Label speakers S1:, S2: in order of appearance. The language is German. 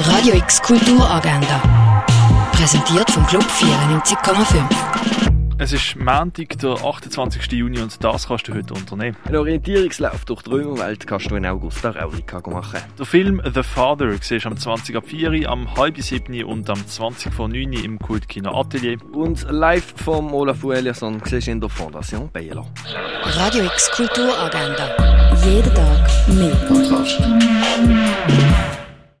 S1: Radio X Kulturagenda. Präsentiert vom Club 94,5.
S2: Es ist Montag, der 28. Juni und das kannst du heute unternehmen.
S3: Ein Orientierungslauf durch die Römerwelt kannst du in Augusta Raurica machen.
S2: Der Film «The Father» siehst am 20 ab 4, am halb 7 und am 20 vor 9 im Kultkino Atelier.
S3: Und live vom Olaf Eliasson siehst du in der Fondation Bello.
S1: Radio X Kulturagenda. Jeden Tag mehr. Kontrast.